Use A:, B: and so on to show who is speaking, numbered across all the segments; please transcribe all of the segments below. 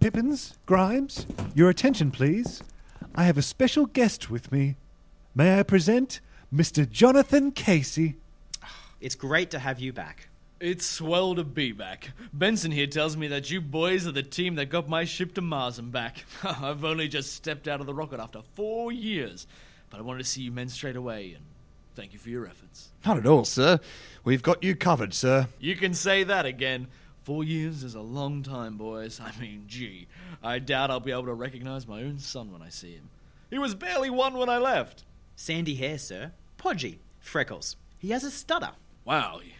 A: Pippins, Grimes, your attention, please. I have a special guest with me. May I present Mr. Jonathan Casey?
B: It's great to have you back.
C: It's swell to be back. Benson here tells me that you boys are the team that got my ship to Mars and back. I've only just stepped out of the rocket after four years, but I wanted to see you men straight away and thank you for your efforts.
D: Not at all, sir. We've got you covered, sir.
C: You can say that again. Four years is a long time, boys. I mean, gee, I doubt I'll be able to recognize my own son when I see him. He was barely one when I left.
B: Sandy hair, sir. Podgy. Freckles. He has a stutter.
C: Wow, you,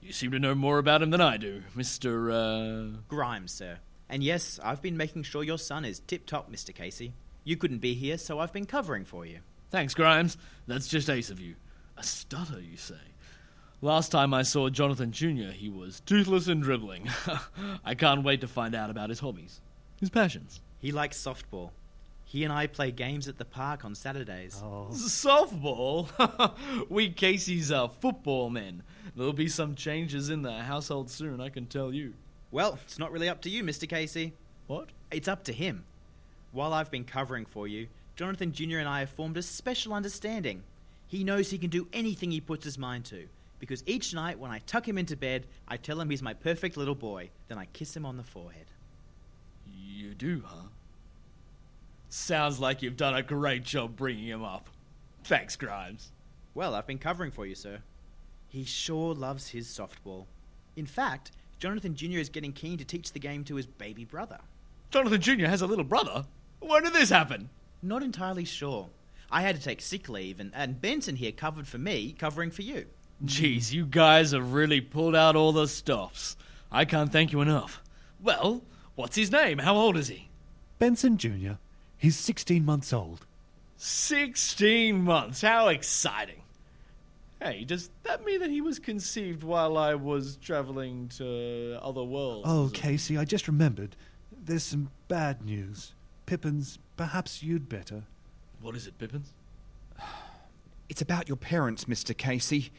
C: you seem to know more about him than I do, Mr. Uh.
B: Grimes, sir. And yes, I've been making sure your son is tip top, Mr. Casey. You couldn't be here, so I've been covering for you.
C: Thanks, Grimes. That's just ace of you. A stutter, you say? Last time I saw Jonathan Jr., he was toothless and dribbling. I can't wait to find out about his hobbies, his passions.
B: He likes softball. He and I play games at the park on Saturdays.
A: Oh.
C: Softball? we Casey's are football men. There'll be some changes in the household soon, I can tell you.
B: Well, it's not really up to you, Mr. Casey.
C: What?
B: It's up to him. While I've been covering for you, Jonathan Jr. and I have formed a special understanding. He knows he can do anything he puts his mind to, because each night when I tuck him into bed, I tell him he's my perfect little boy, then I kiss him on the forehead.
C: You do, huh? Sounds like you've done a great job bringing him up. Thanks, Grimes.
B: Well, I've been covering for you, sir. He sure loves his softball. In fact, Jonathan Jr. is getting keen to teach the game to his baby brother.
C: Jonathan Jr. has a little brother. When did this happen?
B: Not entirely sure. I had to take sick leave, and, and Benson here covered for me, covering for you.
C: Jeez, you guys have really pulled out all the stops. I can't thank you enough. Well, what's his name? How old is he?
A: Benson Jr. He's 16 months old.
C: 16 months. How exciting. Hey, does that mean that he was conceived while I was traveling to other worlds?
A: Oh, Casey, I just remembered. There's some bad news. Pippins, perhaps you'd better.
C: What is it, Pippins?
D: It's about your parents, Mr. Casey.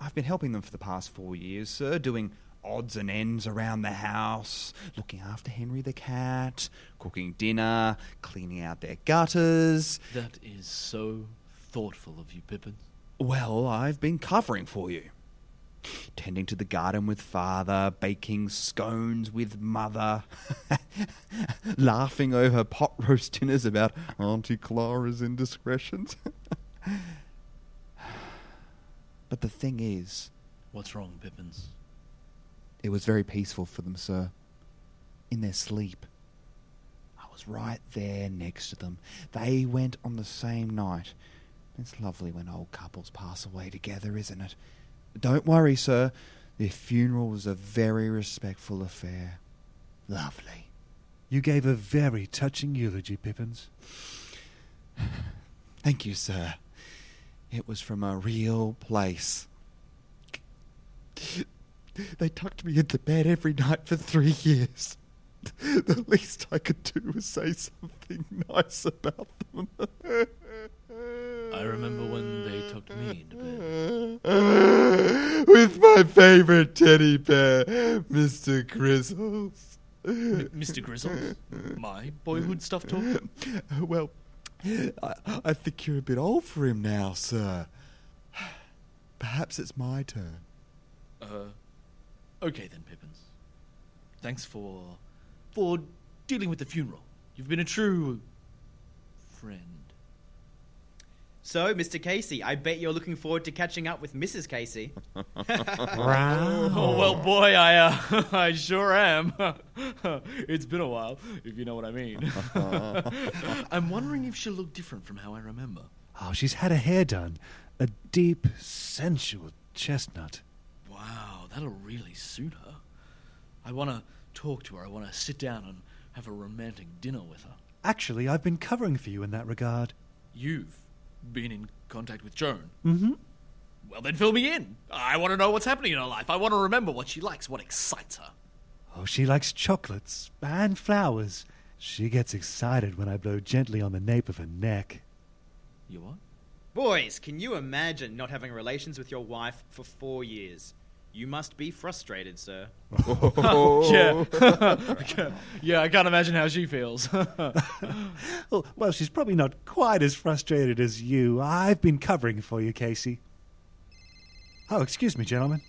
D: I've been helping them for the past four years, sir, doing odds and ends around the house, looking after Henry the cat, cooking dinner, cleaning out their gutters.
C: That is so thoughtful of you, Pippins.
D: Well, I've been covering for you. Tending to the garden with father, baking scones with mother, laughing over pot roast dinners about Auntie Clara's indiscretions. but the thing is,
C: What's wrong, Pippins?
D: it was very peaceful for them, sir. In their sleep. I was right there next to them. They went on the same night. It's lovely when old couples pass away together, isn't it? Don't worry, sir. Their funeral was a very respectful affair. Lovely.
A: You gave a very touching eulogy, Pippins.
D: Thank you, sir. It was from a real place. They tucked me into bed every night for three years. The least I could do was say something nice about them.
C: I remember when they took me into bed.
D: With my favorite teddy bear, Mr. Grizzles.
C: Mr. Grizzles? My boyhood stuff talk?
D: Well, I, I think you're a bit old for him now, sir. Perhaps it's my turn.
C: Uh, okay then, Pippins. Thanks for for dealing with the funeral. You've been a true friend.
B: So, Mr. Casey, I bet you're looking forward to catching up with Mrs. Casey.
C: Oh well, boy, I uh, I sure am. it's been a while, if you know what I mean. I'm wondering if she'll look different from how I remember.
A: Oh, she's had her hair done. A deep, sensual chestnut.
C: Wow, that'll really suit her. I want to talk to her. I want to sit down and have a romantic dinner with her.
A: Actually, I've been covering for you in that regard.
C: You've been in contact with Joan. Mm-hmm. Well, then fill me in. I want to know what's happening in her life. I want to remember what she likes, what excites her.
A: Oh, she likes chocolates and flowers. She gets excited when I blow gently on the nape of her neck.
C: You what?
B: Boys, can you imagine not having relations with your wife for four years? You must be frustrated, sir.
D: Oh.
C: Yeah. Okay. yeah, I can't imagine how she feels. Uh,
A: Oh, well, she's probably not quite as frustrated as you. I've been covering for you, Casey. Oh, excuse me, gentlemen.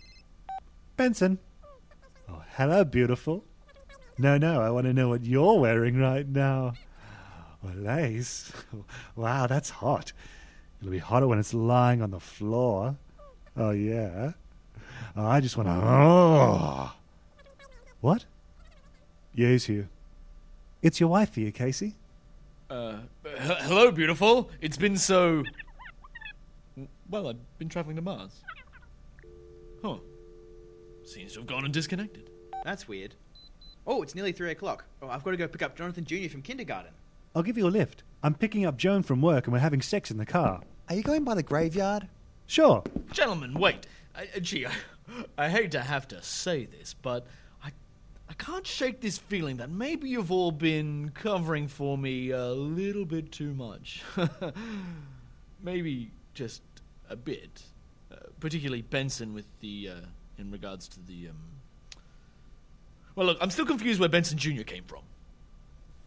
A: Benson. Oh, hello, beautiful. No, no, I want to know what you're wearing right now. Well, lace. Wow, that's hot. It'll be hotter when it's lying on the floor. Oh, yeah. Oh, I just want to.
D: Ah.
A: Oh. What? Yes, Hugh. It's your wife for you, Casey.
C: uh, h- hello, beautiful. It's been so. Well, I've been traveling to Mars. Huh. Seems to have gone and disconnected.
B: That's weird. Oh, it's nearly three o'clock. Oh, I've got to go pick up Jonathan Jr. from kindergarten.
A: I'll give you a lift. I'm picking up Joan from work and we're having sex in the car.
D: Are you going by the graveyard?
A: Sure.
C: Gentlemen, wait. I, uh, gee, I, I hate to have to say this, but I, I can't shake this feeling that maybe you've all been covering for me a little bit too much. maybe just a bit. Uh, particularly Benson with the, uh, in regards to the, um... Well, look, I'm still confused where Benson Jr. came from.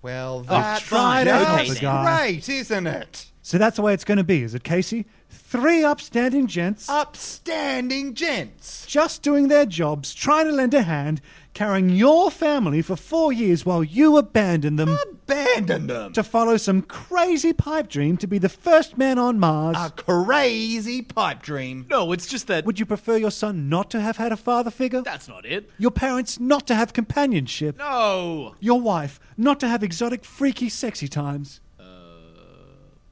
D: Well,
A: I've
D: Oh, that's
A: tried out
B: Okay,
A: the
B: then.
A: guy.
D: great, isn't it?
A: So that's the way it's going to be, is it, Casey? Three upstanding gents
D: Uh. Upstanding gents.
A: just doing their jobs, trying to lend a hand, carrying your family for four years while you abandon them
D: Uh. Abandon them.
A: to follow some crazy pipe dream to be the first man on Mars.
D: A crazy pipe dream.
C: No, it's just that...
A: Would you prefer your son not to have had a father figure?
C: That's not it.
A: Your parents not to have companionship?
C: No!
A: Your wife not to have exotic, freaky, sexy times?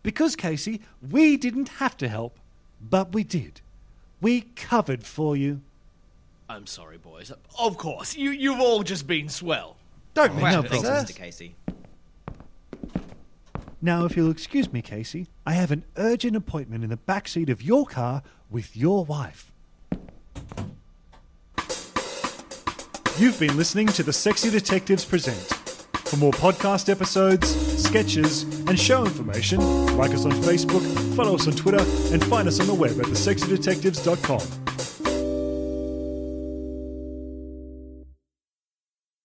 A: Because, Casey, we didn't have to help, but we did. We covered for you.
C: I'm sorry, boys. Of course, you, you've all just been swell.
D: Don't
A: no
D: mention it,
A: problem.
D: sir.
B: Mr. Casey.
A: Now, if you'll excuse me, Casey, I have an urgent appointment in the backseat of your car with your wife. You've been listening to The Sexy Detectives Present. For more podcast episodes, sketches, and show information, like us on Facebook, follow us on Twitter, and find us on the web at thesexydetectives.com.